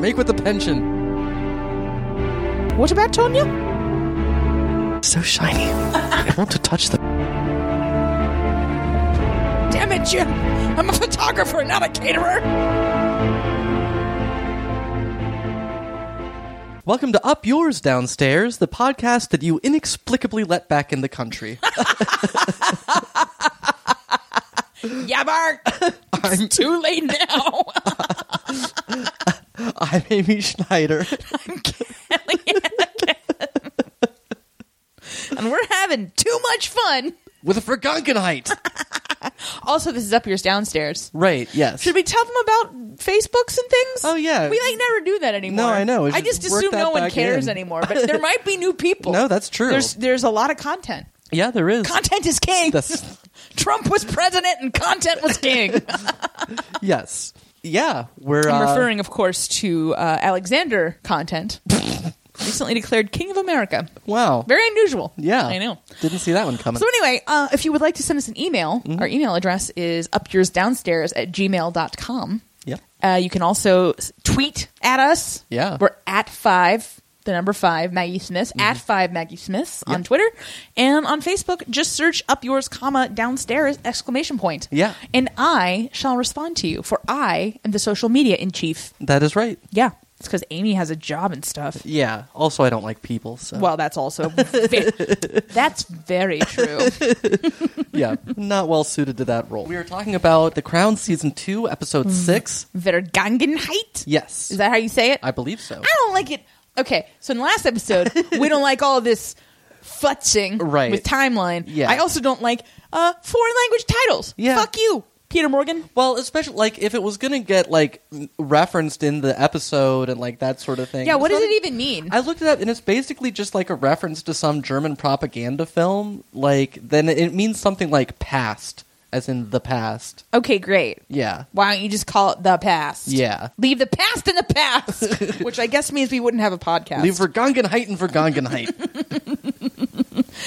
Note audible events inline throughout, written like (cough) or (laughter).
Make with the pension. What about Tonya? So shiny. I want to touch them. Damn it, Jim! I'm a photographer, not a caterer. (laughs) Welcome to Up Yours Downstairs, the podcast that you inexplicably let back in the country. (laughs) (laughs) Yabbar! I'm, Too late now. I'm Amy Schneider. (laughs) (laughs) and we're having too much fun. With a Fergunkenite. Also, this is up yours downstairs. Right, yes. Should we tell them about Facebooks and things? Oh, yeah. We like never do that anymore. No, I know. We I should just work assume that no one back cares in. anymore, but there might be new people. (laughs) No, that's true. There's there's a lot of content. yeah, there is. Content is king. That's- Trump was president and content was (laughs) king. yes. Yeah, we're I'm uh, referring, of course, to uh, Alexander (laughs) content, recently declared king of America. Wow. Very unusual. yeah. I know. Didn't see that one coming. So anyway, uh, if you would like to send us an email, Mm-hmm. our email address is upyoursdownstairs at gmail.com. Yep. Uh, you can also s- tweet at us. Yeah. Mm-hmm. We're at five, the number five, Maggie Smith, at five Maggie Smith on Twitter. And on Facebook, just search up yours, comma, downstairs, exclamation point. Yeah. And I shall respond to you, for I am the social media in chief. That is right. Yeah. It's because Amy has a job and stuff. Yeah. Also, I don't like people, so. Well, that's also ve- (laughs) that's very true. (laughs) yeah, not well suited to that role. We are talking about The Crown Season 2, Episode 6. Vergangenheit. Yes. Is that how you say it? I believe so. I don't like it. Okay, so in the last episode, we don't like all this futzing Right. with timeline. Yeah. I also don't like uh, foreign language titles. Yeah. Fuck you, Peter Morgan. Well, especially like if it was going to get like n- referenced in the episode and like that sort of thing. Yeah, what It's does not- it even mean? I looked it up and it's basically just like a reference to some German propaganda film. Like then it means something like past as in the past. okay, great. Yeah. Why don't you just call it the past? Yeah. Leave the past in the past, which I guess means we wouldn't have a podcast. Leave Vergangenheit and (laughs) Vergangenheit.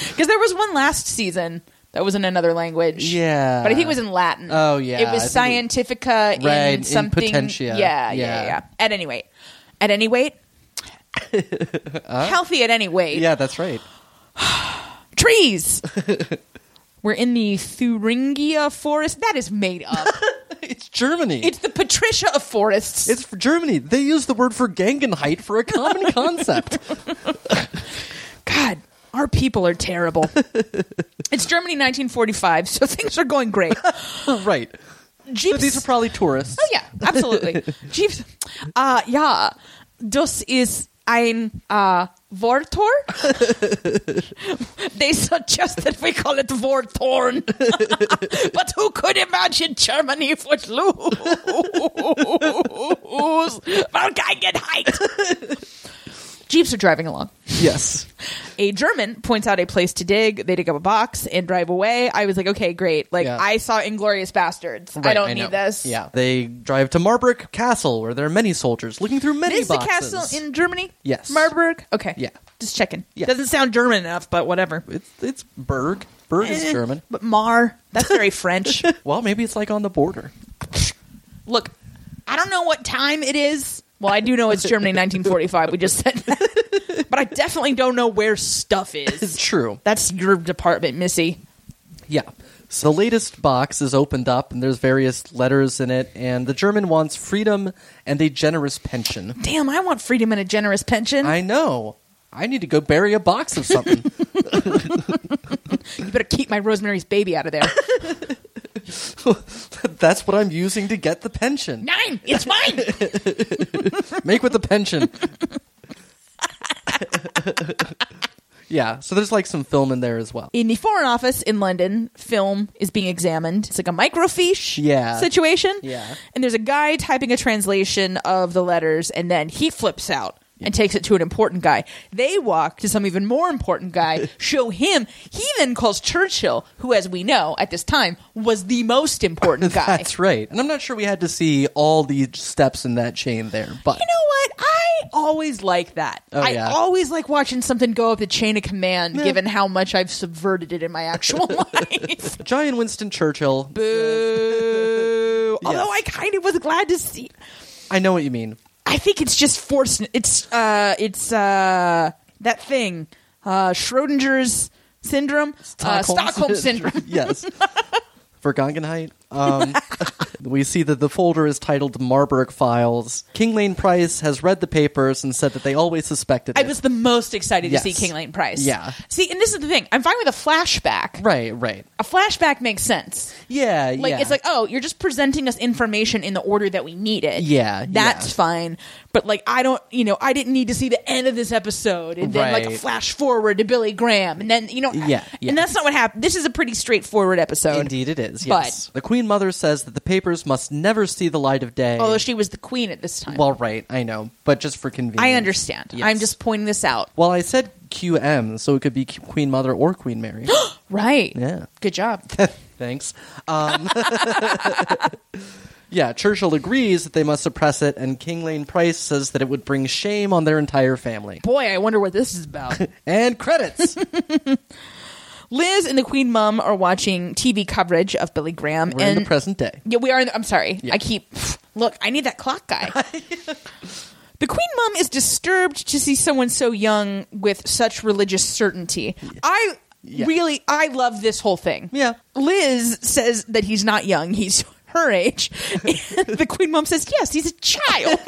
Because there was one last season that was in another language. Yeah. But I think it was in Latin. Oh, yeah. It was I think Scientifica Right, in in something. Potentia. Yeah, yeah, Yeah. yeah, At any rate. At (laughs) any weight. Healthy at any weight. yeah, that's (laughs) right. (laughs) Trees. We're in the Thuringia forest. That is made (laughs) up. It's Germany. it's the Patricia of forests. It's for Germany. They use the word Vergangenheit for a (laughs) common concept. God, our people (laughs) are terrible. it's Germany 1945, so things are going great. right. So (laughs) Jeeps. these are probably (laughs) tourists. Oh yeah, (laughs) absolutely. Jeeves. Uh yeah. Das ist ein uh (laughs) Vortor. they suggested we call it Vortorn. (laughs) but who could imagine Germany would (laughs) lose? Vergangenheit. Jeeps are driving along. Yes. A German points out a place to dig. They dig up a box and drive away. I was like, okay, great. Like, Yeah. I saw Inglorious Bastards. I Right, don't know. need this. Yeah. They drive to Marburg Castle, where there are many soldiers looking through many This is the boxes. castle in Germany? Yes. Marburg? Okay. Yeah. Just checking. Yeah. Doesn't sound German enough, but whatever. It's it's Berg. Berg is Eh, German. But Mar, (laughs) that's very French. Well, maybe it's like on the border. Look, I don't know what time it is. Well, I do know (laughs) it's Germany 1945. We just said that. But I definitely don't know where stuff It's is. true. That's your department, Missy. Yeah. So the latest box is opened up, and there's various letters in it, and the German wants freedom and a generous pension. Damn, I want freedom and a generous pension. I know. I need to go bury a box of (laughs) something. (laughs) you better keep my Rosemary's baby out (laughs) of there. That's what I'm using to get the pension. Nine! It's mine! Make with the pension. (laughs) yeah. So there's like some film in there as well. in the Foreign Office in London, film is being examined. It's like a microfiche Yeah. situation. Yeah. And there's a guy typing a translation of the letters, and then he flips out and takes it to an important guy. They walk to some even more important (laughs) guy, show him. He then calls Churchill, who, as we know at this time, was the (laughs) most important guy. That's right. And I'm not sure we had to see all the steps in that chain there, but You know what? I always like that. Oh, I yeah. always like watching something go up the chain of command, Yeah. given how much I've subverted it in (laughs) my actual life. giant Winston Churchill. Boo. Although I (laughs) Yes. kind of was glad to see. I know what you mean. I think it's just forced. It's uh, it's uh, that thing, uh, Schrodinger's syndrome, uh, Stockholm syndrome. (laughs) yes. Vergangenheit. Um, (laughs) we see that the folder is titled Marburg Files. King Lane Price has read the papers and said that they always suspected I it. was the most excited Yes. to see King Lane Price. Yeah. See, and this is the thing. I'm fine with a flashback. right, right. A flashback makes sense. Yeah, Like yeah. it's like, oh, you're just presenting us information in the order that we need it. Yeah, That's yeah. fine. But like I don't you know, I didn't need to see the end of this episode and then like a Right. flash forward to Billy Graham and then you know Yeah, yeah. and that's not what happened. This is a pretty straightforward episode. Oh, Indeed, it is. But- Yes. the Queen Mother says that the papers must never see the light of day. Although she was the queen at this time. well, right, I know, but just for convenience, I understand. Yes. I'm just pointing this out. Well, I said QM, so it could be Q- Queen Mother or Queen Mary. (gasps) Right. yeah. (laughs) Good job. Thanks. Um, (laughs) yeah, Churchill agrees that they must suppress it, and King Lane Price says that it would bring shame on their entire family. Boy, I wonder what this (laughs) is about. And credits. (laughs) Liz and the Queen Mum are watching TV coverage of Billy Graham, We're in the and present day. yeah, we are. In the, I'm sorry, Yeah. I keep (sighs) look. I need that (laughs) clock guy. the Queen Mum is disturbed to see someone so young with such religious certainty. I Yeah. really, I love this whole thing. Yeah. Liz says that he's not young. He's (laughs) her age. And the Queen Mum says, "Yes, he's a child."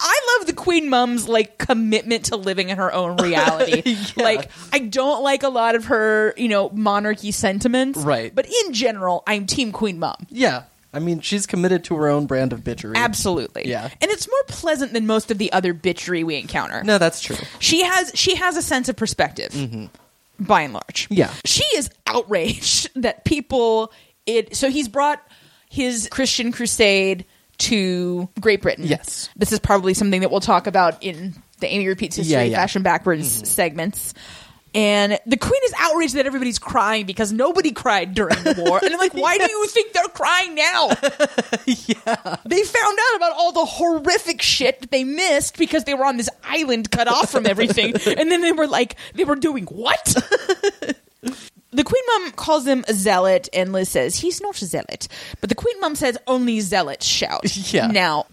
I love the Queen Mum's like commitment to living in her own reality. (laughs) Yeah. Like I don't like a lot of her, you know, monarchy sentiments. Right. But in general, I'm team Queen Mum. Yeah. I mean, she's committed to her own brand of bitchery. Absolutely. Yeah. And it's more pleasant than most of the other bitchery we encounter. No, that's true. She has she has a sense of perspective. By and large. Yeah. She is outraged (laughs) that people it so he's brought his Christian crusade to Great Britain. Yes. This is probably something that we'll talk about in the Amy Repeats History Yeah, Mm-hmm. yeah. Fashion Backwards segments. And the queen is outraged that everybody's crying because nobody cried during the war. And I'm like, why do you think they're crying now? They found out about all the horrific shit that they missed because they were on this island cut off (laughs) from everything. and then they were like, they were doing what? the Queen Mum calls him a zealot, and Liz says, he's not a zealot. But the Queen Mum says, only zealots shout. (laughs) Yeah. Now,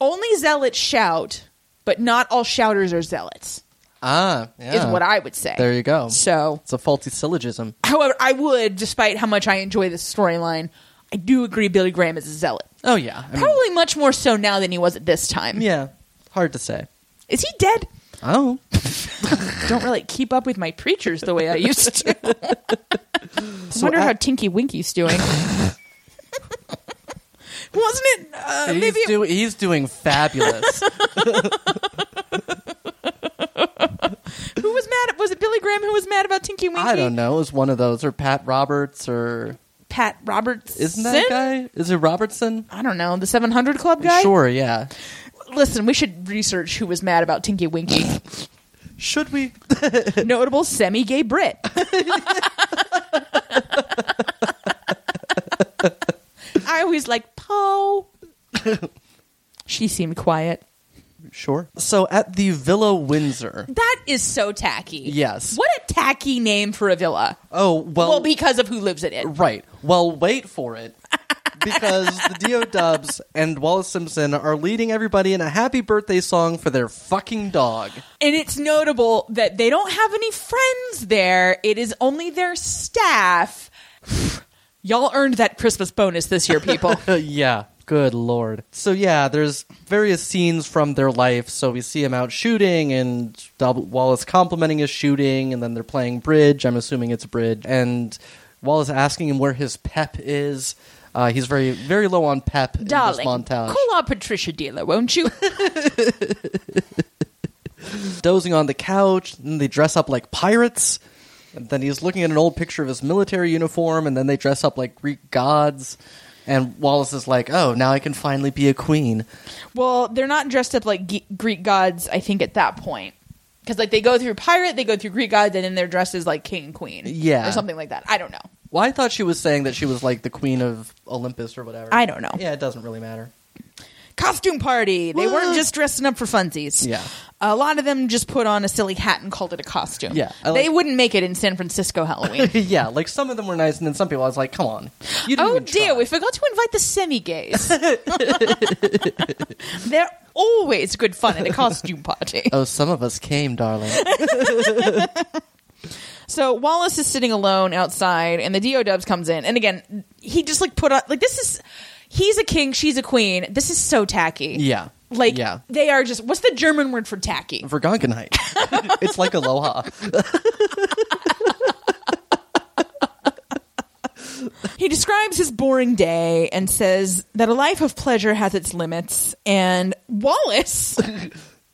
only zealots shout, but not all shouters are zealots, Ah, yeah. is what I would say. There you go. So, It's a faulty syllogism. however, I would, despite how much I enjoy this storyline, I do agree Billy Graham is a zealot. Oh, yeah. I mean, Probably much more so now than he was at this time. yeah. Hard to say. Is he dead? Oh. Don't really keep up with my preachers the way I used (laughs) to. I wonder I- how Tinky (laughs) Winky's doing. Wasn't it? Uh, he's, (laughs) maybe. do- he's doing (laughs) fabulous. who was mad? Was it Billy Graham who was mad about Tinky Winky? I don't know. It was one of those, or Pat Roberts, or. Pat Roberts. Isn't that guy? Is it Robertson? I don't know. The 700 Club guy? Sure, yeah. Listen, we should research who was mad about Tinky Winky. (laughs) Should we? Notable semi gay (laughs) Brit. I always like Poe. she seemed quiet. (laughs) Sure. So at the Villa Windsor. That is so tacky. Yes. What a tacky name for a villa. Oh, well. Well, because of who lives in it. right. Well, wait for it. Because the Dio Dubs and Wallace Simpson are leading everybody in a happy birthday song for their fucking dog. And it's notable that they don't have any friends there. It is only their staff. Y'all earned that Christmas bonus this year, people. Uh, yeah. Good lord. So yeah, there's various scenes from their life. So we see him out shooting, and Dub- Wallace complimenting his shooting, and then they're playing bridge. I'm assuming it's bridge, and Wallace asking him where his pep is. Uh, he's very very low on pep (laughs) Darling, in this montage. call our Patricia dealer, won't you? Dozing on the couch, and they dress up like pirates. And then he's looking at an old picture of his military uniform, and then they dress up like Greek gods. And Wallace is like, "Oh, now I can finally be a queen." Well, they're not dressed up like ge- Greek gods, I think, at that point. Because, like, they go through pirate, they go through Greek gods, and then they're dressed as, like, king, queen. Yeah. Or something like that. I don't know. Well, I thought she was saying that she was like the queen of Olympus or whatever. I don't know. Yeah, it doesn't really matter. (laughs) costume party. They What? weren't just dressing up for funsies. Yeah. A lot of them just put on a silly hat and called it a costume. Yeah, I they like- wouldn't make it in San (laughs) Francisco Halloween. yeah, like some of them were nice, and then some people I was like, come on. You didn't oh even dear, try. we forgot to invite the (laughs) semi gays. (laughs) They're always good fun at a costume (laughs) party. Oh, some of us came, (laughs) darling. So Wallace is sitting alone outside, and the Do Dubs comes in, and again, he just like put on like this is he's a king, she's a queen. This is so tacky. Yeah. Like Yeah. they are just what's the German word for tacky? Vergangenheit. (laughs) it's like aloha. He describes his boring day and says that a life of pleasure has its limits. And (laughs) Wallace,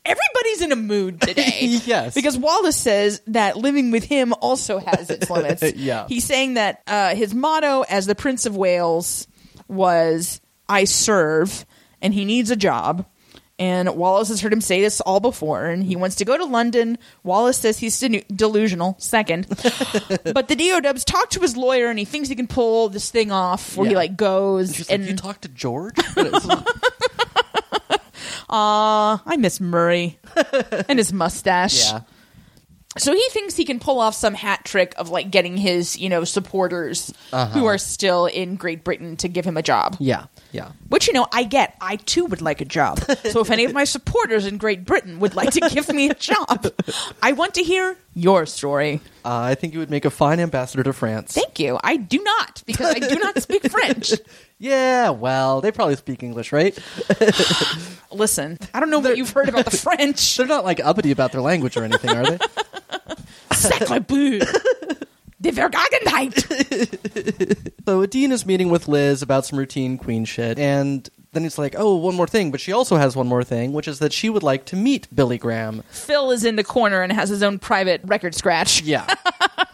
everybody's in a mood today. Yes. Because Wallace says that living with him also has its limits. (laughs) Yeah. He's saying that uh, his motto as the Prince of Wales was, I serve, and he needs a job. And Wallace has heard him say this all before, and he wants to go to London. Wallace says he's denu- delusional, (laughs) second. but the DO dubs talk to his lawyer, and he thinks he can pull this thing off where he Yeah. like goes. She's like, and you talk to George? (laughs) But it's like, I (laughs) miss Murray and his mustache. yeah. So he thinks he can pull off some hat trick of like getting his, you know, supporters Uh-huh. who are still in Great Britain to give him a job. Yeah. Yeah. Which, you know, I get. I too would like a job. So if any of (laughs) my supporters in Great Britain would like to give me a job, I want to hear your story. Uh, I think you would make a fine ambassador to France. Thank you. I do not, because I do not speak French. yeah, well, they probably speak English, right? Listen, I don't know what you've heard about the French. They're not like uppity about their language or anything, (laughs) are they? Sacre bleu. The Vergangenheit. So Dean is meeting with Liz about some routine queen shit, and then he's like, "Oh, one more thing," but she also has one more thing, which is that she would like to meet Billy Graham. Phil is in the corner and has his own private record scratch. Yeah. (laughs)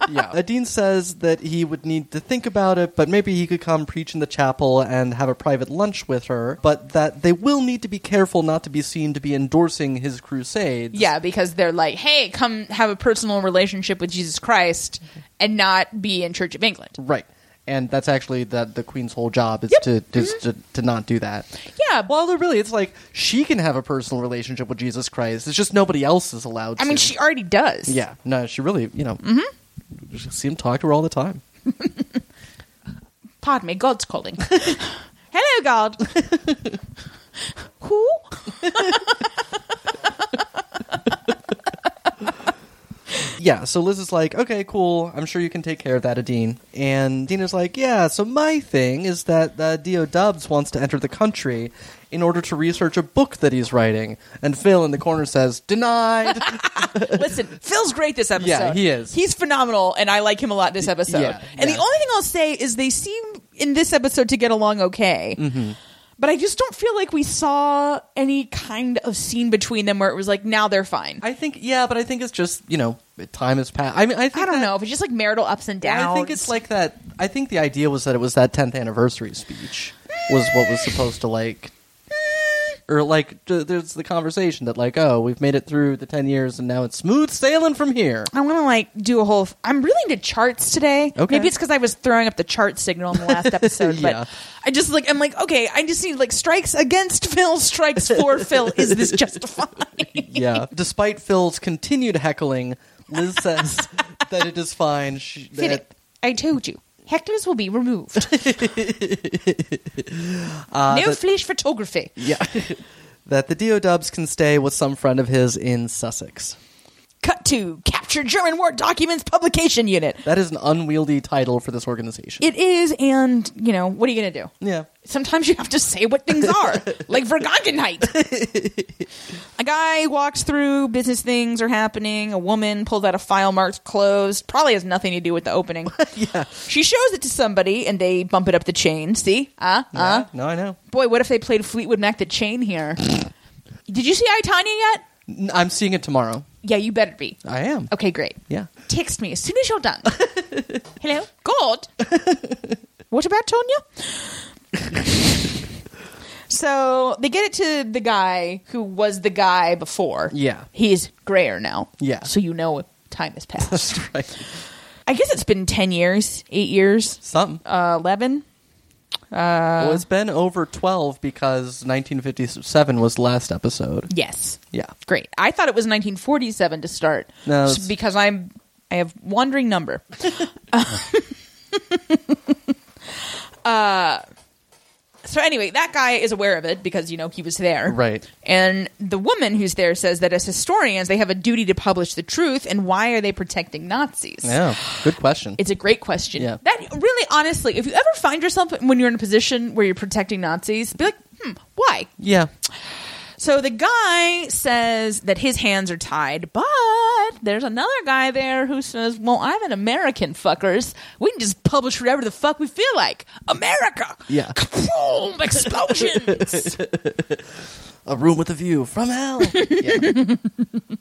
yeah. Uh, Dean says that he would need to think about it, but maybe he could come preach in the chapel and have a private lunch with her, but that they will need to be careful not to be seen to be endorsing his crusades. Yeah, because they're like, hey, come have a personal relationship with Jesus Christ and not be in Church of England. Right. And that's actually that the queen's whole job is Yep. to is to, to not do that. Yeah, well, Well, no, really, it's like she can have a personal relationship with Jesus Christ. It's just nobody else is allowed. I mean, to. she already does. Yeah, no, she really, you know, mm-hmm. see him talk to her all the time. Pardon me, God's calling. (laughs) Hello, God. Who? Yeah, so Liz is like, okay, cool. I'm sure you can take care of that, Adine. And Dean is like, yeah, so my thing is that uh, Dio Dubs wants to enter the country in order to research a book that he's writing. And Phil in the corner says, (laughs) denied. Listen, Phil's great this episode. Yeah, he is. He's phenomenal, and I like him a lot this episode. yeah, and yeah. the only thing I'll say is they seem in this episode to get along okay. Mm-hmm. But I just don't feel like we saw any kind of scene between them where it was like, now they're fine. I think, yeah, but I think it's just, you know, time has passed. I mean, I, think I don't that- know if it's just like marital ups and downs. I think it's like that. I think the idea was that it was that 10th anniversary speech was what was supposed to like, or like th- there's the conversation that like, oh, we've made it through the 10 years and now it's smooth sailing from (laughs) here. I want to like do a whole. I'm really into charts today. Okay. Maybe it's because I was throwing up the chart signal in the (laughs) last episode, Yeah. but I just like I'm like okay. I just need like strikes against Phil, strikes (laughs) for Phil. Is this justified? Yeah. Despite Phil's continued heckling, (laughs) Liz says that it is fine. She, that, Philip, I told you, hecklers will (laughs) be removed. Uh, no flash photography. yeah. that the Dio Dubs can stay with some friend of his in Sussex. Cut to capture German war documents publication unit. That is an unwieldy title for this organization. It is, and you know what are you gonna do? yeah. sometimes you have to say what things (laughs) are, like Vergangenheit. a guy walks through, business things are happening. A woman pulls out a file marked closed. Probably has nothing to do with the opening. (laughs) Yeah. she shows it to somebody, and they bump it up the chain. See, uh, uh. Yeah. No, I know. Boy, what if they played Fleetwood Mac the chain here? Did you see I Tanya yet? N- I'm seeing it tomorrow. Yeah, you better be. I am. Okay, great. Yeah. (laughs) Text me as soon as you're done. Hello? God? what about Tonya? so they get it to the guy who was the guy before. Yeah. He's grayer now. Yeah. So you know time has passed. That's right. I guess it's been 10 years, 8 years, Something. uh, 11. well, it's been over 12 because 1957 was the last episode. Yes. Yeah. Great. I thought it was 1947 to start No, s- it's- because I'm I have (laughs) wandering number. (laughs) uh, Uh, so anyway, that guy is aware of it because you know he was there. Right. And the woman who's there says that as historians they have a duty to publish the truth and why are they protecting Nazis? Yeah. Good question. It's a great question. Yeah. That really honestly, if you ever find yourself when you're in a position where you're protecting Nazis, be like, "Hmm, why?" yeah. So the guy says that his hands are tied, but there's another guy there who says, Well, I'm an American, fuckers. We can just publish whatever the fuck we feel like. America! Yeah. (laughs) Kaboom! Explosions! A room with a view from (laughs) hell. Yeah.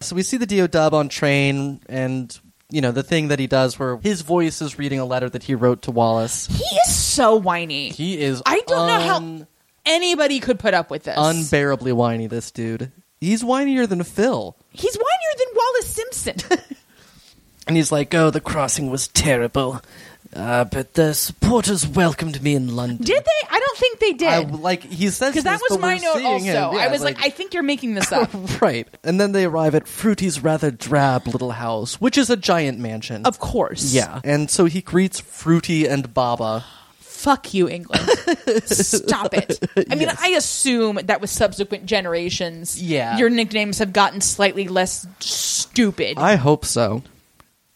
so we see the Dio Dub on train and. You know, the thing that he does where his voice is reading a letter that he wrote to Wallace. he is so whiny. He um, is I don't know un- how anybody could put up with this. unbearably whiny, this dude. He's whinier than Phil. He's whinier than Wallace Simpson. (laughs) And he's like, oh, the crossing was terrible. Uh, but the supporters welcomed me in London. did they? I don't think they I, did. like he says Because that this, was but my we're note seeing also. him. Yeah, I was like, I think you're making this (laughs) up. right. And then they arrive at Fruity's rather drab little house, which is a giant mansion. of course. yeah. And so he greets Fruity and Baba. fuck you england (laughs) stop it i mean i assume that with subsequent generations Yeah. your nicknames have gotten slightly less stupid I hope so.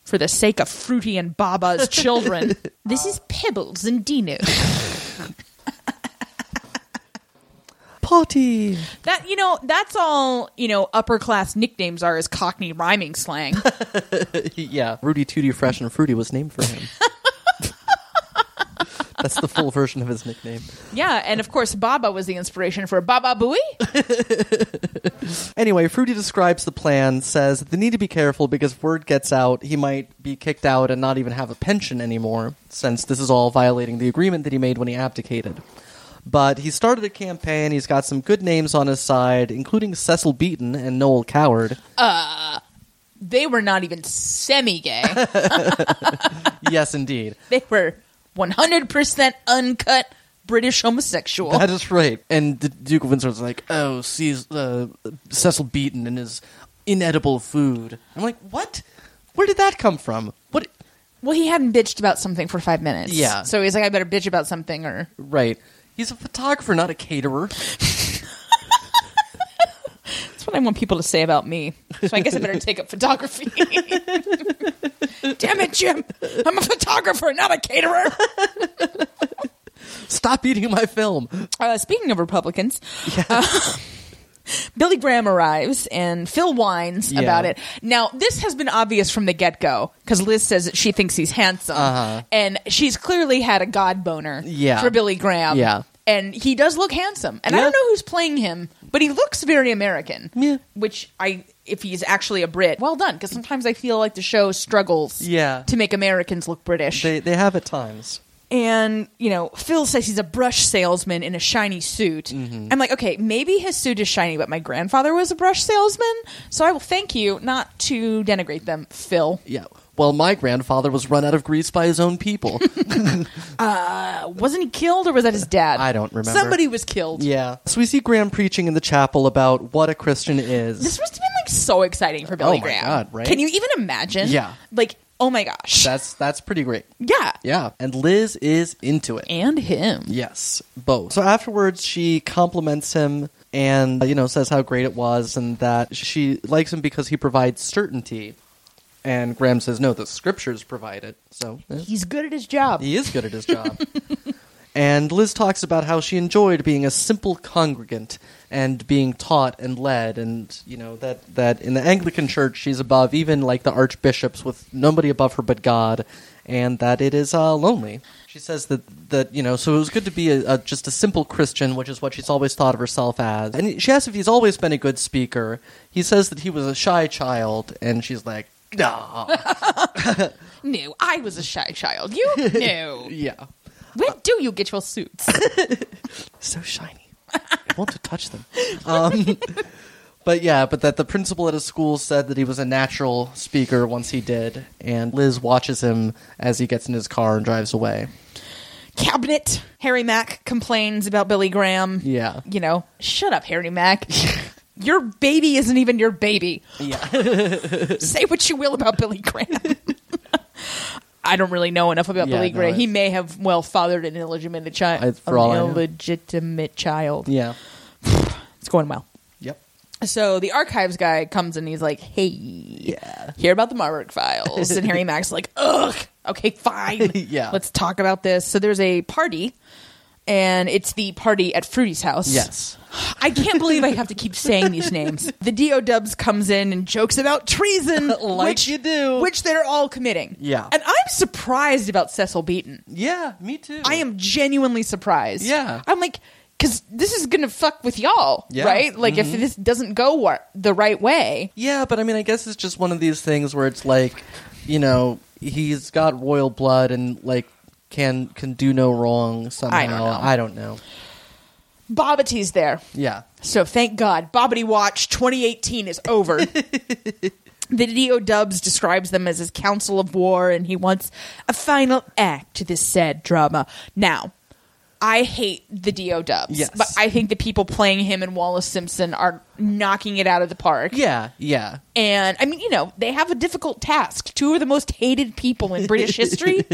for the sake of fruity and (laughs) baba's children this is pebbles and dino Potty. that you know that's all you know upper class nicknames are is cockney (laughs) rhyming slang (laughs) yeah. Rudy Tooty Fresh and Fruity was named for (laughs) him. That's the full version of his nickname. yeah and of course baba was the inspiration for baba booey Anyway, Fruity describes the plan, says they need to be careful because if word gets out, he might be kicked out and not even have a pension anymore, since this is all violating the agreement that he made when he abdicated. But he started a campaign, he's got some good names on his side, including Cecil Beaton and Noel Coward. they were not even semi-gay (laughs) yes, indeed. they were 100% uncut british homosexual That is right. And the Duke of Windsor's like, oh, sees uh, Cecil Beaton and his inedible food. I'm like, what? Where did that come from? What? Well, he hadn't bitched about something for five minutes. Yeah. So he's like, I better bitch about something or. Right. He's a photographer, not a caterer. That's what I want people to say about me. So I guess I better take up photography. (laughs) Damn it, Jim. I'm a photographer, not a caterer. Stop eating my film. Uh, speaking of Republicans, uh, (laughs) Billy Graham arrives and Phil whines Yeah. about it. Now, this has been obvious from the get go because Liz says that she thinks he's handsome. And she's clearly had a god boner Uh-huh. Yeah. for Billy Graham. Yeah. And he does look handsome. And I Yeah. don't know who's playing him, but he looks very American. Yeah. Which I. If he's actually a Brit, well done. Because sometimes I feel like the show struggles Yeah. to make Americans look British. They they have at times. And, you know, Phil says he's a brush salesman in a shiny suit. Mm-hmm. I'm like, okay, maybe his suit is shiny, but my grandfather was a brush salesman. So I will thank you not to denigrate them, Phil. Yeah. Well, my grandfather was run out of Greece by his own people. Uh, wasn't he killed or was that his dad? I don't remember. Somebody was (laughs) killed. yeah. So we see Graham preaching in the chapel about what a Christian This is. must have been, like, so exciting for Billy Oh my Graham. God, right? Can you even imagine? Yeah. Like, oh my gosh. That's that's pretty great. yeah. Yeah. And Liz is into it. And him. Yes, both. So afterwards, she compliments him and you know says how great it was and that she likes him because he provides certainty. And Graham says, "No, the scriptures provide it." So eh. He's good at his job. He is good at his job. (laughs) and Liz talks about how she enjoyed being a simple congregant and being taught and led and you know that that in the Anglican church she's above even like the archbishops with nobody above her but God and that it is uh, lonely. She says that that you know so it was good to be a, a just a simple Christian which is what she's always thought of herself as. And she asks if he's always been a good speaker. He says that he was a shy child and she's like Nah. No, I was a shy child. You? No. (laughs) yeah. Where do you get your suits? so (laughs) shiny. I want to touch them. Um, (laughs) but yeah, but that the principal at his school said that he was a natural speaker once he did, and Liz watches him as he gets in his car and drives away. cabinet. Harry Mack complains about Billy Graham. Yeah. You know, shut up, (laughs) Harry Mack. your baby isn't even your baby. Yeah. (laughs) Say what you will about Billy Graham. (laughs) I don't really know enough about Yeah, Billy no, Graham. He it's- may have well fathered an illegitimate I- child. for all I know. illegitimate child. yeah. It's going well. Yep. So the archives guy comes and he's like, "Hey, yeah, hear about the Marburg files?" and Harry Mack's like, "Ugh, okay, fine, (laughs) Yeah. let's talk about this." So there's a party, and it's the party at Fruity's house. Yes. I can't believe I have to keep saying these names. The Do Dubs comes in and jokes about treason, (laughs) Like which you do. which they're all committing. Yeah. and I'm surprised about Cecil Beaton. Yeah, me too. I am genuinely surprised. Yeah. I'm like, because this is gonna fuck with y'all, Yeah. Mm-hmm. right? Like, if this doesn't go wa- the right way, Yeah, but I mean, I guess it's just one of these things where it's like, you know, he's got royal blood and like can can do no wrong somehow. know. I don't know. Bobbity's there. Yeah. So thank God, Bobbity Watch 2018 is (laughs) over. the D.O. Dubs describes them as his council of war, and he wants a final act to this sad drama. Now, I hate the D.O. Dubs, Yes. but I think the people playing him and Wallace Simpson are knocking it out of the park. Yeah. Yeah. And I mean, you know, they have a difficult task. Two of the most hated people in British history.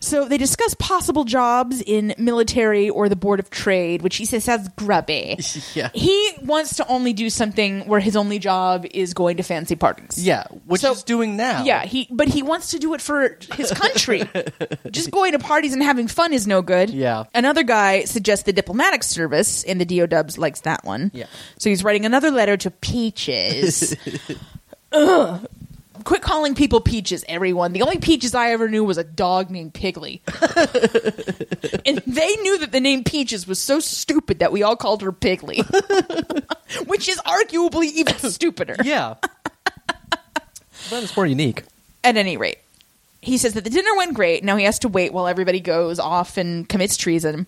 so they discuss possible jobs in military or the Board of Trade, which he says sounds grubby. Yeah. He wants to only do something where his only job is going to fancy parties. Yeah. Which So- he's doing now. Yeah, he but he wants to do it for (laughs) his country. Just going to parties and having fun is no good. Yeah. Another guy suggests the diplomatic service, and the DO Dubs likes that one. Yeah. So he's writing another letter (laughs) to Peaches. Ugh. Quit calling people peaches, everyone. The only peaches I ever knew was a dog (laughs) named Piggly. and they knew that the name Peaches was so stupid that we all called her (laughs) Piggly, (laughs) which is arguably even stupider. Yeah. that is more unique. At any rate, he says that the dinner went great. Now he has to wait while everybody goes off and commits treason.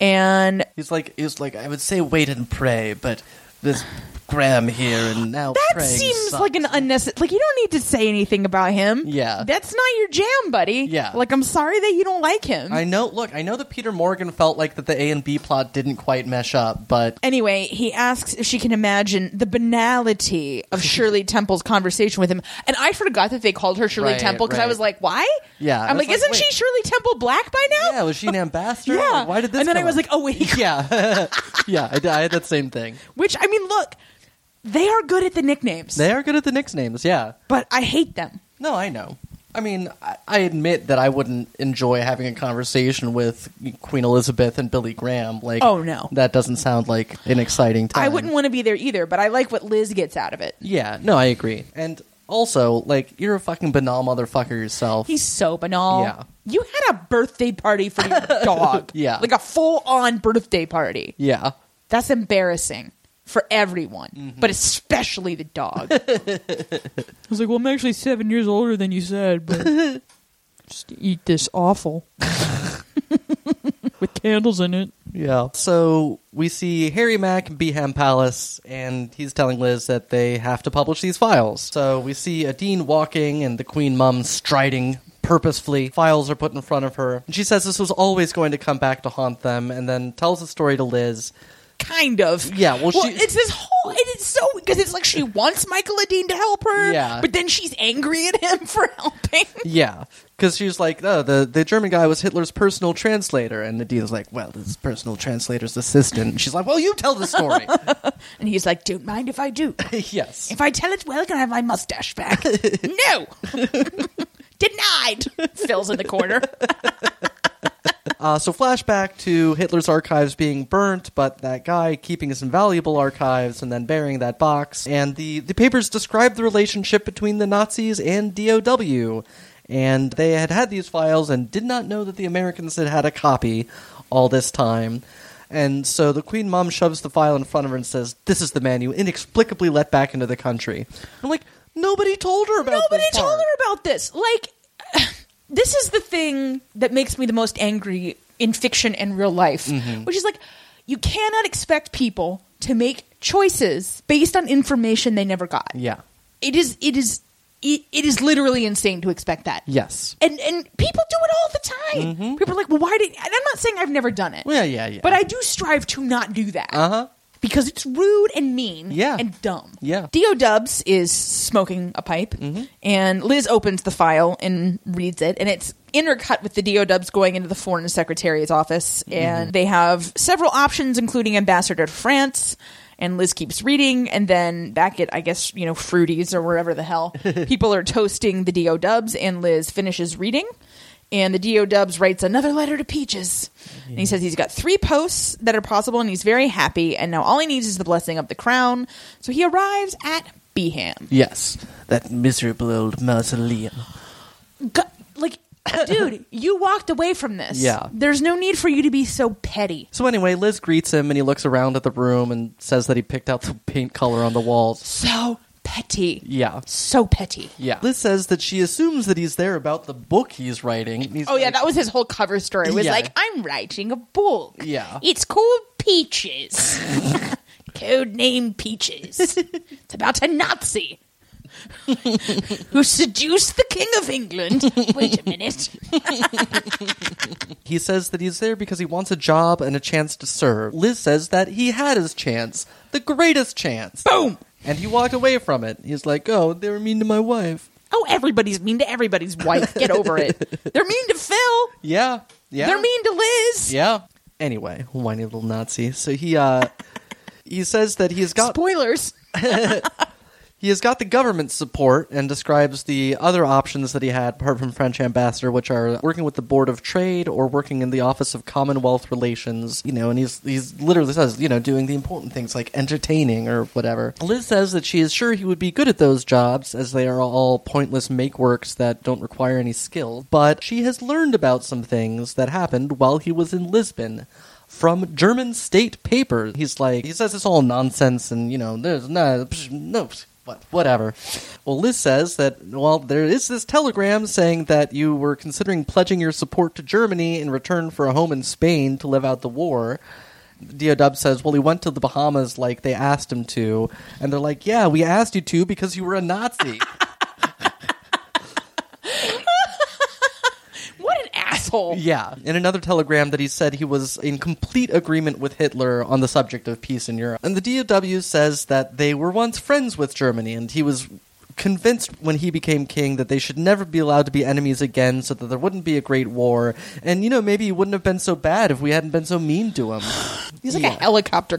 And He's like he's like I would say wait and pray, but this Graham here and now that praying seems sucks. like an unnecessary. Like you don't need to say anything about him. Yeah. that's not your jam, buddy. Yeah. like I'm sorry that you don't like him. I know. Look, I know that Peter Morgan felt like that the A and B plot didn't quite mesh up, but Anyway, he asks if she can imagine the banality (laughs) of Shirley Temple's conversation with him. And I forgot that they called her Shirley Right, Temple because I right. was like, why? Yeah, I I'm was like, like, isn't she wait. Shirley Temple black by now? yeah, was she an ambassador? Yeah. Like, why did this? And then come I was up? like, oh, (laughs) wait. yeah, yeah, I, did- I had that same thing. Which, I mean, look, they are good at the nicknames, They are good at the nicknames. Yeah. but I hate them. No, I know. I mean, I, I admit that I wouldn't enjoy having a conversation with Queen Elizabeth and Billy Graham. Like, Oh, no. that doesn't sound like an exciting time. I wouldn't want to be there either, but I like what Liz gets out of it. Yeah, no, I agree. And also, like, you're a fucking banal motherfucker yourself. He's so banal. Yeah. You had a birthday party (laughs) for your dog. Yeah. Like a full on birthday party. yeah. That's embarrassing for everyone, Mm-hmm. but especially (laughs) the dog. I was like, well, I'm actually seven years older than you said, but just eat this awful with candles in it. Yeah. So we see Harry Mack and Beham Palace, and he's telling Liz that they have to publish these files. So we see a dean walking and the Queen Mum striding purposefully. Files are put in front of her. And she says this was always going to come back to haunt them, and then tells the story to Liz. Kind of. Yeah, well, she- it's this whole. And it's so because it's like she wants Michael Dean to help her, Yeah. but then she's angry at him (laughs) for helping. Yeah. Because she's like, oh, the, the German guy was Hitler's personal translator. And the dean's like, well, this personal translator's assistant. And she's like, well, you tell the story. And he's like, "Don't mind if I do. yes. If I tell it well, can I have my (laughs) mustache back?" no, (laughs) denied. Phil's in (laughs) the corner. Uh, so flashback to Hitler's archives being burnt, but that guy keeping his invaluable archives and then burying that box. And the, the papers describe the relationship between the Nazis and DOW. And they had had these files and did not know that the Americans had had a copy all this time. And so the Queen Mom shoves the file in front of her and says, This is the man you inexplicably let back into the country. I'm like, nobody told her about Nobody this told part." her about this. Like, (sighs) this is the thing that makes me the most angry in fiction and real life, Mm-hmm. which is like, you cannot expect people to make choices based on information they never got. Yeah. It is. It is it, it is literally insane to expect that. Yes. Mm-hmm. And and people do it all the time. People are like, well, why did? And I'm not saying I've never done it. Well, yeah, yeah. But I do strive to not do that. Uh huh. Because it's rude and mean Yeah. and dumb. Yeah. Mm-hmm. Dio Dubs is smoking a pipe, and Liz opens the file and reads it, and it's intercut with the Dio Dubs going into the Foreign Secretary's office, Mm-hmm. and they have several options, including Ambassador to France. And Liz keeps reading, and then back at I guess you know Fruities or wherever the (laughs) hell people are toasting the Do Dubs, and Liz finishes reading, and the Do Dubs writes another letter to Peaches, and he says he's got three posts that are possible, and he's very happy, and now all he needs is the blessing of the crown. So he arrives at Beham. Yes. That miserable old mausoleum. Gu- like, (coughs) dude, you walked away from this. Yeah. There's no need for you to be so petty. So anyway, Liz greets him and he looks around at the room and says that he picked out the paint color on the walls. So petty. Yeah. So petty. Yeah. Liz says that she assumes that he's there about the book he's writing. He's Oh yeah, like- that was his whole cover story. Was Yeah. like, I'm writing a book. Yeah. It's called (laughs) Peaches. Code name Peaches. it's about a (laughs) Nazi who seduced the King of England. Wait a minute. He says that he's there because he wants a job and a chance to serve. Liz says that he had his chance, the greatest chance. Boom. And he walked away from it. He's like, oh, they were mean to my wife. Oh, everybody's mean to everybody's wife. Get over it. They're mean to Phil. Yeah. Yeah. They're mean to Liz. Yeah. Anyway, whiny little Nazi. So he uh he says that he's got Spoilers. he has got the government's support and describes the other options that he had apart from French ambassador, which are working with the Board of Trade or working in the Office of Commonwealth Relations. You know, and he's he's literally says you know doing the important things like entertaining or whatever. Liz says that she is sure he would be good at those jobs as they are all pointless make works that don't require any skill. But she has learned about some things that happened while he was in Lisbon from German state papers. He's like, he says it's all nonsense, and you know, there's no, psh, no, psh, what, whatever. Well, Liz says that well, there is this telegram saying that you were considering pledging your support to Germany in return for a home in Spain to live out the war. Dio Dub says, "Well, he went to the Bahamas like they asked him to," and they're like, "Yeah, we asked you to because you were a Nazi." What an asshole. Yeah. In another telegram that he said he was in complete agreement with Hitler on the subject of peace in Europe. And the DOW says that they were once friends with Germany and he was convinced when he became king that they should never be allowed to be enemies again so that there wouldn't be a great war and you know maybe he wouldn't have been so bad if we hadn't been so mean to him He's like Yeah. a helicopter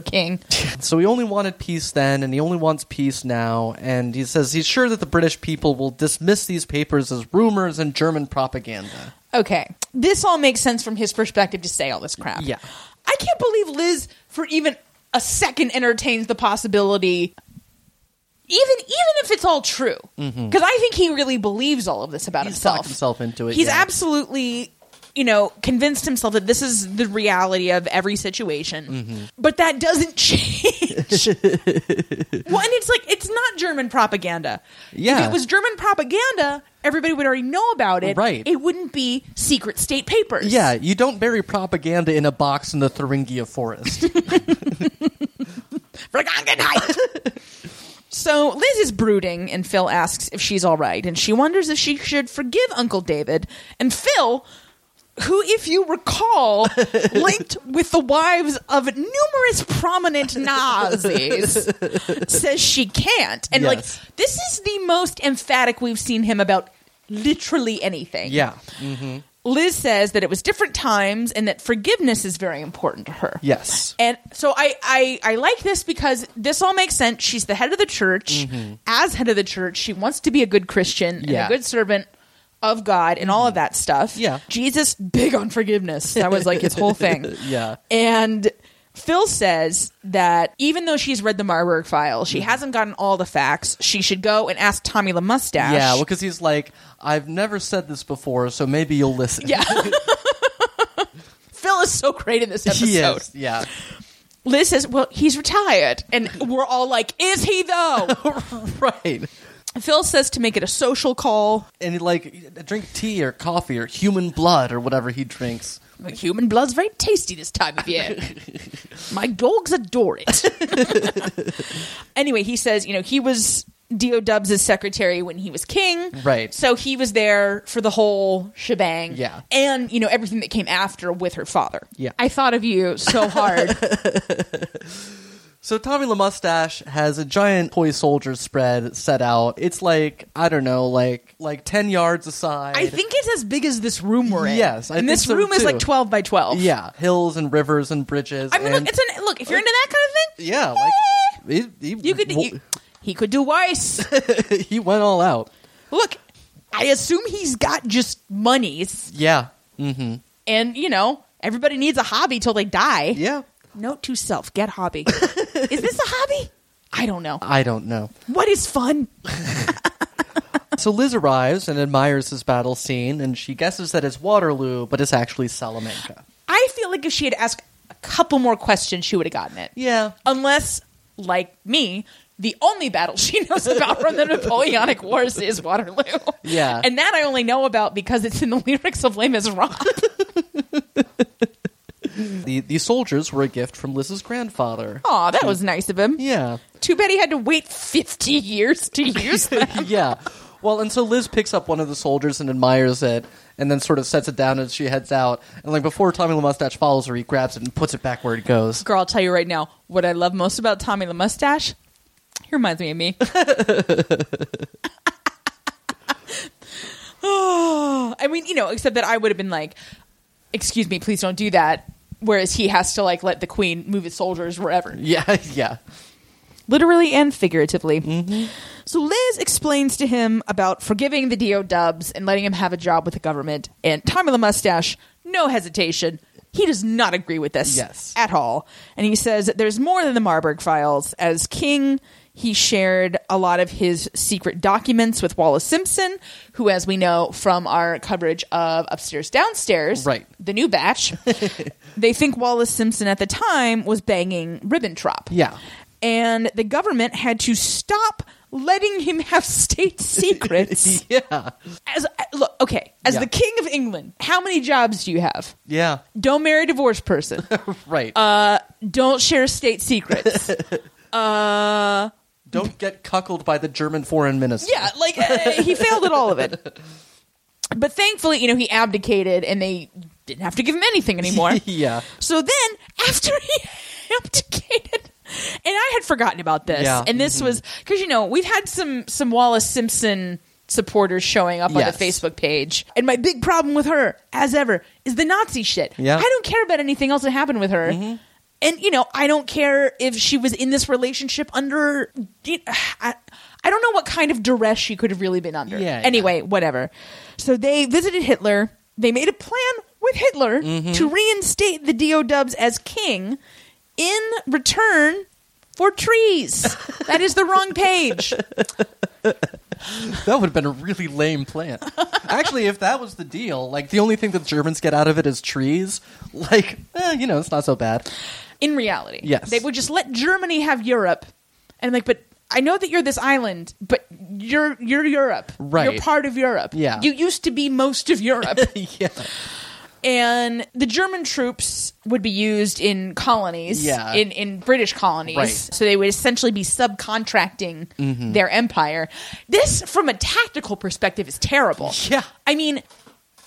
(laughs) king. so he only wanted peace then, and he only wants peace now. And he says he's sure that the British people will dismiss these papers as rumors and German propaganda. Okay. This all makes sense from his perspective to say all this crap. Yeah. I can't believe Liz for even a second entertains the possibility even even if it's all true. Because I think he really believes all of this about Mm-hmm. He's himself. talked himself into it, He's yeah. absolutely you know, convinced himself that this is the reality of every situation. Mm-hmm. But that doesn't (laughs) (laughs) change. well, and it's like it's not German propaganda. Yeah. If it was German propaganda, everybody would already know about it. Right. It wouldn't be secret state papers. Yeah, you don't bury propaganda in a box in the Thuringia (laughs) forest. Vergangenheit. (laughs) so Liz is brooding, and Phil asks if she's all right, and she wonders if she should forgive Uncle David. And Phil, who, if you (laughs) recall, linked with the wives of numerous (laughs) prominent Nazis, says she can't. And Yes. like, this is the most emphatic we've seen him about literally anything. yeah. Liz says that it was different times and that forgiveness is very important to her. Yes. And so I, I, I like this because this all makes sense. She's the head of the church. As head of the church, she wants to be a good Christian Mm-hmm. Yeah. and a good servant of God and all of that stuff. Yeah. Jesus, big on forgiveness. That was like his whole thing. (laughs) Yeah. And Phil says that even though she's read the Marburg file, Mm-hmm. she hasn't gotten all the facts. She should go and ask Tommy the Mustache. Yeah, well, because he's like, I've never said this before, so maybe you'll listen. Yeah. Phil is so great in this (laughs) episode. (laughs) he is. Yeah. Liz says, Well, he's retired. (laughs) And we're all like, Is he though? right. (laughs) Phil says to make it a social call. And he, like, drink tea or coffee or human blood or whatever he drinks. Human blood's very tasty this time of (laughs) year. (laughs) My dogs adore it. anyway, he says, you know, he was Dio Dubs' secretary when he was king. Right. So he was there for the whole shebang. Yeah. And, you know, everything that came after with her father. Yeah. I thought of you so hard. So Tommy LaMustache has a giant toy soldier spread set out. It's like I don't know, like like ten yards aside. (laughs) I think it's as big as this room we're in. Yes, I and think this so, room is too. like twelve by twelve. yeah, hills and rivers and bridges. I mean, and, look, it's an look. If you're into that kind of thing, yeah, like it, he, you could. You, he could do Weiss. (laughs) he went all out. look, I assume he's got just monies, Yeah, hmm and you know, everybody needs a hobby till they die. yeah. Note to self: (laughs) get hobby. is this a hobby? I don't know. I don't know. What is fun? So Liz arrives and admires this battle scene, and she guesses that it's Waterloo, but it's actually Salamanca. I feel like if she had asked a couple more questions, she would have gotten it. Yeah, unless, like me, the only battle she (laughs) knows about from the Napoleonic Wars is Waterloo. Yeah. and that I only know about because it's in the (laughs) lyrics of Les Miserables. the the soldiers were a gift from Liz's grandfather. Aw, that was nice of him. Yeah, Too bad he had to wait fifty (laughs) years to use them. yeah. Well, and so Liz picks up one of the soldiers and admires it, and then sort of sets it down as she heads out. And like before Tommy LaMustache follows her, he grabs it and puts it back where it goes. (laughs) Girl, I'll tell you right now, what I love most about Tommy the Mustache, he reminds me (laughs) of me. (sighs) Oh, I mean, you know, except that I would have been like, excuse me, please don't do that. Whereas he has to like let the queen move his soldiers wherever. Yeah, yeah, (laughs) literally and figuratively. Mm-hmm. So Liz explains to him about forgiving the DO dubs and letting him have a job with the government. And Tommy the Mustache, no hesitation, he does not agree with this Yes. at all. And he says that there's more than the Marburg files. As king, he shared a lot of his secret documents with Wallace Simpson, who, as we know from our coverage of Upstairs Downstairs, Right. the (laughs) new batch, they think Wallace Simpson at the time was banging Ribbentrop yeah. and the government had to stop letting him have state secrets. Yeah, as look, okay, as Yeah. the king of England, how many jobs do you have? yeah, Uh, Don't marry a divorced person. Uh, right. Don't share state secrets. Don't get cuckolded by the German foreign minister. yeah, like uh, he failed at all of it. But thankfully, you know, he abdicated and they didn't have to give him anything anymore. (laughs) yeah, So then, after he (laughs) abdicated, and I had forgotten about this, Yeah. Mm-hmm. and this was because you know we've had some some Wallace Simpson supporters showing up on Yes. the Facebook page, and my big problem with her, as ever, is the Nazi shit. Yeah. Mm-hmm. I don't care about anything else that happened with her. And you know, I don't care if she was in this relationship under. (sighs) I, I don't know what kind of duress she could have really been under. Yeah, yeah. anyway, whatever. So they visited Hitler. They made a plan with Hitler Mm-hmm. to reinstate the Do Dubs as king in return (laughs) for trees. that is the wrong page. that would have been a really lame plan. (laughs) Actually, if that was the deal, like the only thing that the Germans get out of it is trees. Like, eh, you know, it's not so bad. (laughs) In reality, Yes. they would just let Germany have Europe, and I'm like, but I know that you're this island, but you're you're Europe. Right. You're part of Europe. Yeah. You used to be most of Europe. (laughs) yeah, and the German troops would be used in colonies, Yeah. in, in British colonies. Right. Mm-hmm. So they would essentially be subcontracting their empire. This, from a tactical perspective, is terrible. Yeah. I mean,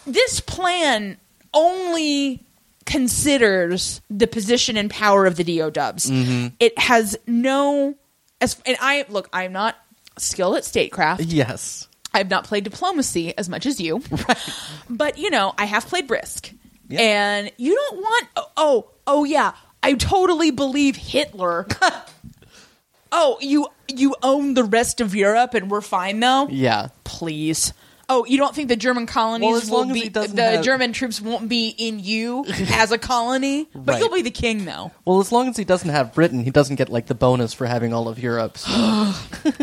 this plan only considers the position and power of the DO dubs. Mm-hmm. It has no. As, and I look, I'm not skilled at statecraft. yes, I've not played diplomacy as much (laughs) as you, but you know I have played Brisk, Yeah. and you don't want. Oh, oh, oh, yeah, I totally (laughs) believe Hitler. oh, you you own the rest of Europe and we're fine though. yeah. Please. Oh, you don't think the German colonies Well, as long will as be he doesn't the have- German troops won't be in (laughs) you as a colony, but Right. you'll be the king though. Well, as long as he doesn't have Britain, he doesn't get like the bonus for having all of (gasps) Europe. So-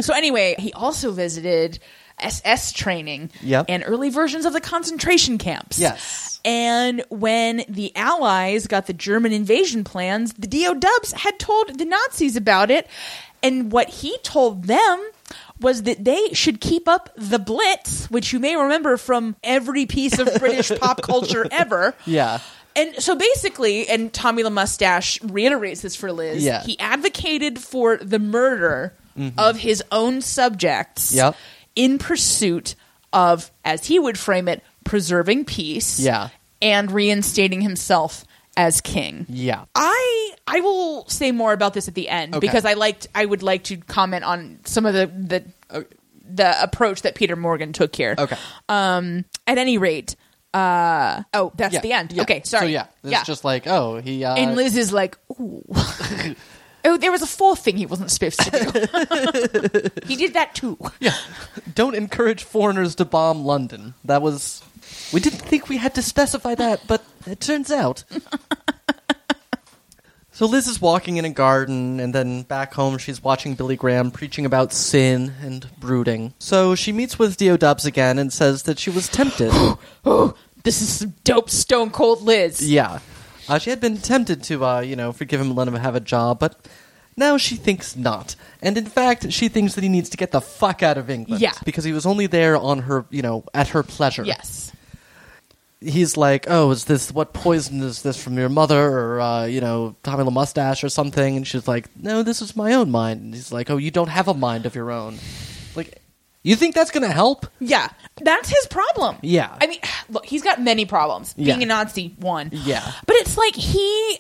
So anyway, he also visited SS training Yep. and early versions of the concentration camps. Yes. And when the Allies got the German invasion plans, the DO Dubs had told the Nazis about it. And what he told them was that they should keep up the Blitz, which you may remember from every piece of British (laughs) pop culture ever. Yeah. And so basically, and Tommy the Mustache reiterates this for Liz. Yeah. Mm-hmm. He advocated for the murder of his own subjects Yep. in pursuit of, as he would frame it, preserving peace Yeah. and reinstating himself as king. Yeah. I I will say more about this at the end Okay. because I liked I would like to comment on some of the the uh, the approach that Peter Morgan took here. Okay. Um at any rate, uh oh, that's Yeah, the end. yeah. Okay, sorry. So yeah, it's yeah. just like oh he uh, and Liz is like, ooh. (laughs) oh, there was a fourth thing he wasn't supposed to (laughs) do. he did that too. yeah. Don't encourage foreigners to bomb London. That was we didn't think we had to specify that, but it turns out. So Liz is walking in a garden, and then back home she's watching Billy Graham preaching about sin and brooding. So she meets with Dio Dobbs again and says that she was tempted. (gasps) Oh, this is some dope stone cold Liz. Yeah. Uh, she had been tempted to, uh, you know, forgive him and let him have a job, but now she thinks not. And in fact, she thinks that he needs to get the fuck out of England. Yeah. Because he was only there on her, you know, at her pleasure. Yes. He's like, oh, is this, what poison is this from your mother or, uh, you know, Tommy La Mustache or something? And she's like, no, this is my own mind. And he's like, oh, you don't have a mind of your own. Like, you think that's going to help? Yeah. That's his problem. Yeah. I mean, (sighs) look, he's got many problems. Being Yeah. a Nazi, one. Yeah. But it's like he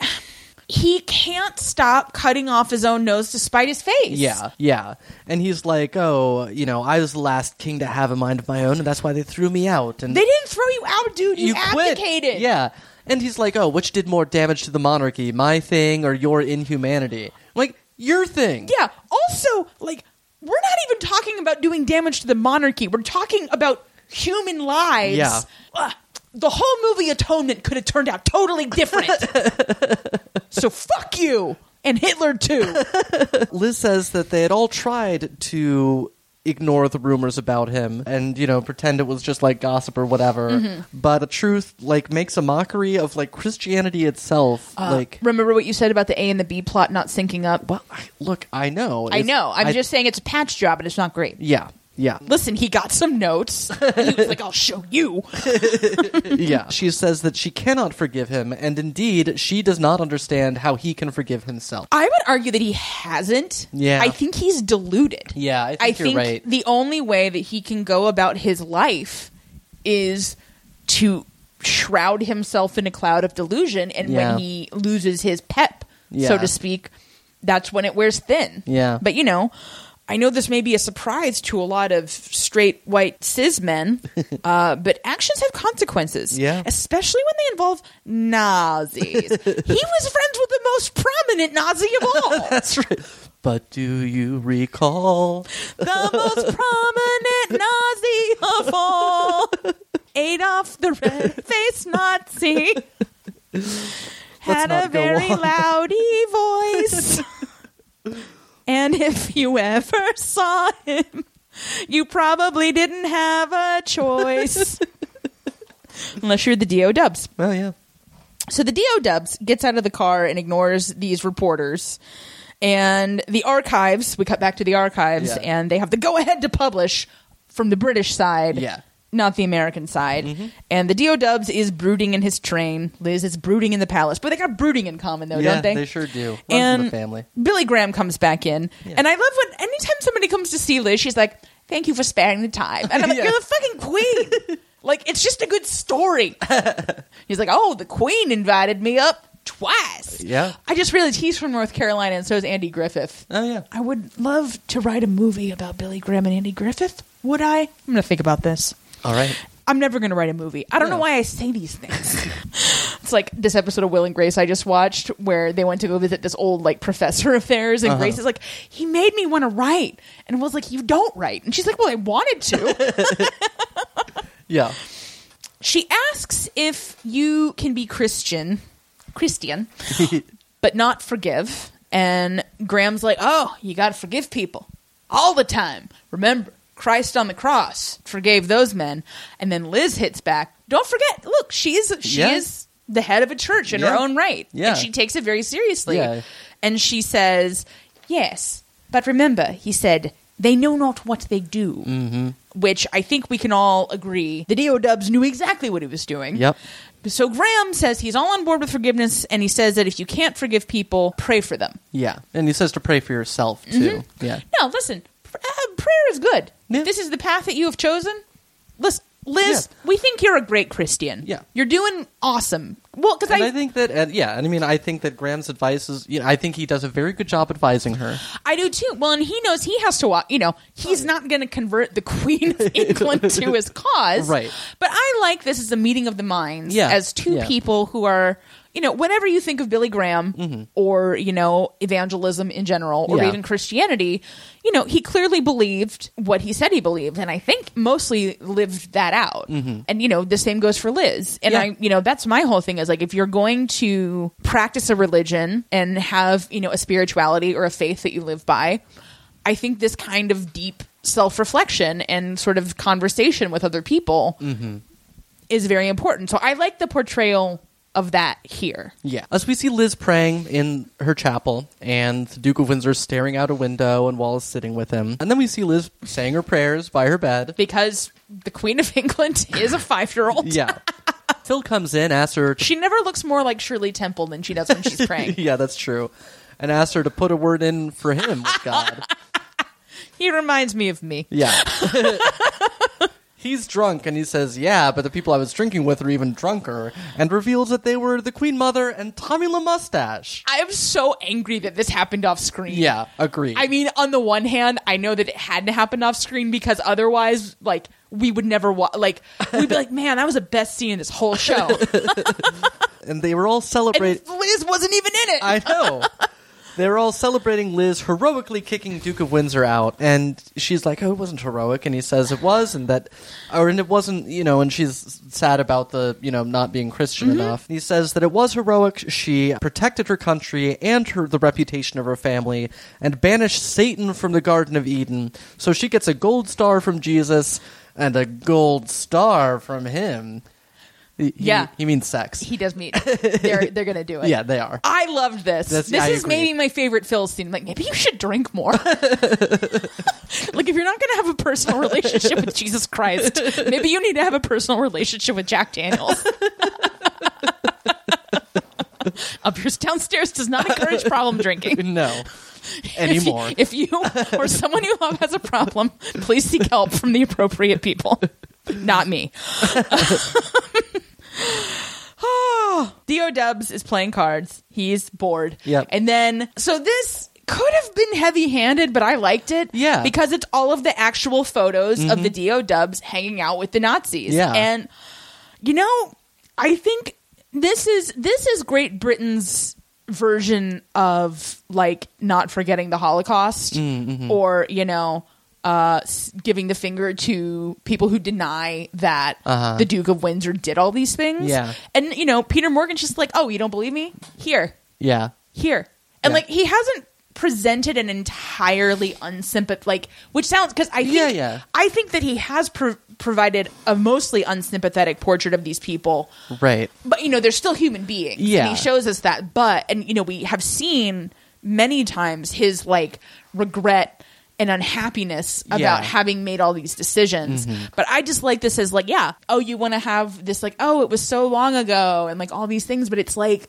he can't stop cutting off his own nose to spite his face. Yeah, yeah. And he's like, oh, you know, I was the last king to have a mind of my own, and that's why they threw me out. And They didn't throw you out, dude. You, quit. abdicated. Yeah. And he's like, oh, which did more damage to the monarchy, my thing or your inhumanity? I'm like, your thing. Yeah. Also, like, we're not even talking about doing damage to the monarchy. We're talking about human lives. Yeah. Ugh. the whole movie Atonement could have turned out (laughs) totally different. so fuck you. And Hitler too. (laughs) Liz says that they had all tried to ignore the rumors about him and you know pretend it was just like gossip or whatever Mm-hmm. but the truth like makes a mockery of like christianity itself Uh, like Remember what you said about the A and the B plot not syncing up? well I- look i know I It's- know. I'm I- just saying it's a patch job and it's not great. yeah yeah Listen, he got some notes. He was like, I'll show you. yeah. (laughs) She says that she cannot forgive him, and indeed, she does not understand how he can forgive himself. I would argue that he hasn't. Yeah. I think he's deluded. Yeah, I think you're right. the only way that he can go about his life is to shroud himself in a cloud of delusion, and Yeah. when he loses his pep, so Yeah. to speak, that's when it wears thin. Yeah. But you know, I know this may be a surprise to a lot of straight white (laughs) cis men, uh, but actions have consequences. Yeah. Especially when they involve (laughs) Nazis. he was friends with the most prominent Nazi of all. (laughs) That's right. But do you recall? the (laughs) most prominent Nazi of all. Adolf the red-faced Nazi had not a go very on. loudy voice. and if you ever saw him, you probably didn't have a choice. (laughs) Unless you're the DO dubs. Well, yeah. So the DO Dubs gets out of the car and ignores these reporters. And the archives, we cut back to the archives, Yeah. and they have the go ahead to publish from the British side, Yeah. Mm-hmm. not the American side. And the DO Dubs is brooding in his train. Liz is brooding in the palace. But they got brooding in common, though, yeah, don't they? sure do. Runs in the and family. Billy Graham comes back in. Yeah. And I love when anytime somebody comes to see Liz, she's like, Thank you for sparing the time. And I'm like, (laughs) Yeah. You're the fucking (laughs) queen. like, it's just a good story. He's like, Oh, the queen invited me up twice. Yeah. I just realized he's from North Carolina and so is Andy Griffith. Oh, yeah. I would love to write a movie about Billy Graham and Andy Griffith. Would I? I'm going to think about this. All right. I'm never going to write a movie. I don't know Yeah. why I say these things. it's like this episode of Will and Grace I just watched where they went to go visit this old like professor of theirs, and Grace is like, "He made me want to write," and Will's like, "You don't write," and she's like, "Well, I wanted (laughs) to." Yeah. (laughs) she asks if you can be Christian, Christian, but not forgive. And Graham's like, "Oh, you got to forgive people all the time. Remember, Christ on the cross forgave those men." And then Liz hits back. Don't forget, look, she is she Yeah. is the head of a church in her Yeah. own right, Yeah. and she takes it very seriously. Yeah. And she says, "Yes, but remember," he said, They know not what they do. Mm-hmm. Which I think we can all agree. The DO Dubs knew exactly what he was doing. Yep. So Graham says he's all on board with forgiveness, and he says that if you can't forgive people, pray for them. Yeah. Mm-hmm. And he says to pray for yourself too. Yeah. No, listen, pr- uh, prayer is good. Yeah. This is the path that you have chosen. Listen, Liz, Yeah. we think you're a great Christian. Yeah. You're doing awesome. Well, because And I, I think that, and yeah, and I mean, I think that Graham's advice is, you know, I think he does a very good job advising her. I do too. Well, and he knows he has to walk. You know, he's not going to convert the Queen (laughs) of England to his cause. Right. But I like this as a meeting of the minds Yeah. as two Yeah. people who are, you know, whenever you think of Billy Graham or, you know, evangelism in general or Mm-hmm. Yeah. even Christianity, you know, he clearly believed what he said he believed. And I think mostly lived that out. And, you know, the same goes for Liz. And Yeah. I, you know, that's my whole thing is like if you're going to practice a religion and have, you know, a spirituality or a faith that you live by, I think this kind of deep self reflection and sort of conversation with other people is very important. So I like the portrayal of that here. Yeah. As we see Liz praying in her chapel, and the Duke of Windsor staring out a window, and Wallace sitting with him. And then we see Liz saying her prayers by her bed. Because the Queen of (laughs) England is a five year (laughs) old. Yeah. Phil comes in, asks her to She never looks more like Shirley Temple than she does when she's (laughs) praying. (laughs) yeah, that's true. And asked her to put a word in for him with God. he reminds me of me. Yeah. (laughs) He's drunk and he says, Yeah, but the people I was drinking with are even drunker, and reveals that they were the Queen Mother and Tommy La Mustache. I am so angry that this happened off screen. Yeah, agree. I mean, on the one hand, I know that it hadn't happened off screen because otherwise, like, we would never watch. Like, we'd be like, man, that was the best scene in this whole (laughs) show. And and they were all celebrating. Liz wasn't even in it. I know. They were all celebrating Liz heroically kicking Duke of Windsor out, and she's like, "Oh, it wasn't heroic," and he says it was, and that, or and it wasn't, you know. And she's sad about the, you know, not being Christian Mm-hmm. enough. And he says that it was heroic. She protected her country and her the reputation of her family, and banished Satan from the Garden of Eden. So she gets a gold star from Jesus and a gold star from him. He- he- Yeah. he means sex. he does meet. They're, they're going to do it. yeah, they are. (laughs) I loved this. That's- this I is agree. maybe my favorite Phil scene. Like, maybe you should drink more. (laughs) like, if you're not going to have a (laughs) personal relationship with Jesus Christ, maybe you need to have a personal relationship with Jack Daniels. (laughs) Upstairs, downstairs does not encourage problem (laughs) drinking No, anymore. (laughs) If you, if you or someone you love has a problem, please seek help from the appropriate people, not (laughs) me. Dio Ah, Dubs is playing cards. He's bored. Yep. And then, so this could have been heavy handed, but I liked it. Yeah. Because it's all of the actual photos of the Dio Dubs hanging out with the Nazis. Yeah. And, you know, I think this is this is Great Britain's version of like not forgetting the Holocaust Mm, mm-hmm. or you know uh, s- giving the finger to people who deny that Uh-huh. the Duke of Windsor did all these things. Yeah. and you know Peter Morgan's just like, oh, you don't believe me? Here, yeah. here, and Yeah. like he hasn't presented an entirely unsympathetic like which sounds because i think Yeah, yeah. i think that he has pro- provided a mostly unsympathetic portrait of these people Right. but you know they're still human beings Yeah. and he shows us that but and you know we have seen many times his like regret and unhappiness about Yeah. Mm-hmm. having made all these decisions but i just like this as like yeah oh you want to have this like oh it was so long ago and like all these things but it's like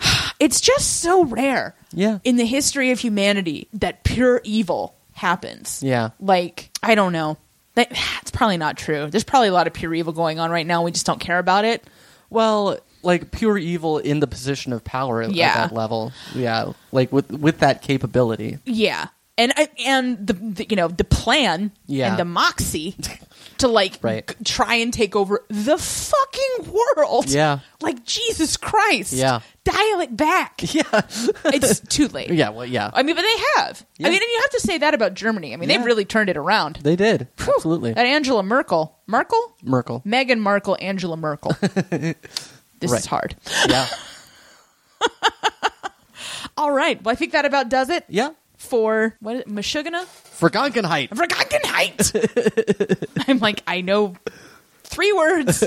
(sighs) it's just so rare Yeah. in the history of humanity that pure evil happens Yeah. like i don't know that, (sighs) it's probably not true there's probably a lot of pure evil going on right now we just don't care about it Well, like pure evil in the position of power at, Yeah. at that level. Yeah. Like with with that capability. Yeah, and I- and the, the you know the plan Yeah. and the moxie to like Right. g- try and take over the fucking (laughs) world. Yeah. like Jesus Christ. Yeah. dial it back. (laughs) Yeah. it's too late. Yeah, well yeah. I mean, but they have. Yeah. I mean, and you have to say that about Germany. I Yeah. mean, they've really turned it around. they did. Whew. Absolutely. That Angela Merkel, Merkel, (laughs) Merkel. Meghan Markle, Angela (laughs) Merkel. this Right. is hard. Yeah. All right. Well, I think that about does it. Yeah. For what is it, Meshuggah? For Gonkenheit. Vergangenheit. (laughs) I'm like, I know three words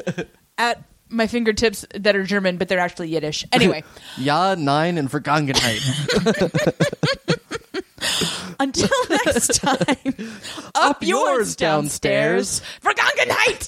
at my fingertips that are German, but they're actually (laughs) Yiddish. Anyway, Ja, nine and for Gonkenheit. Until next time, up, yours, yours, downstairs. downstairs. For Gonga Night!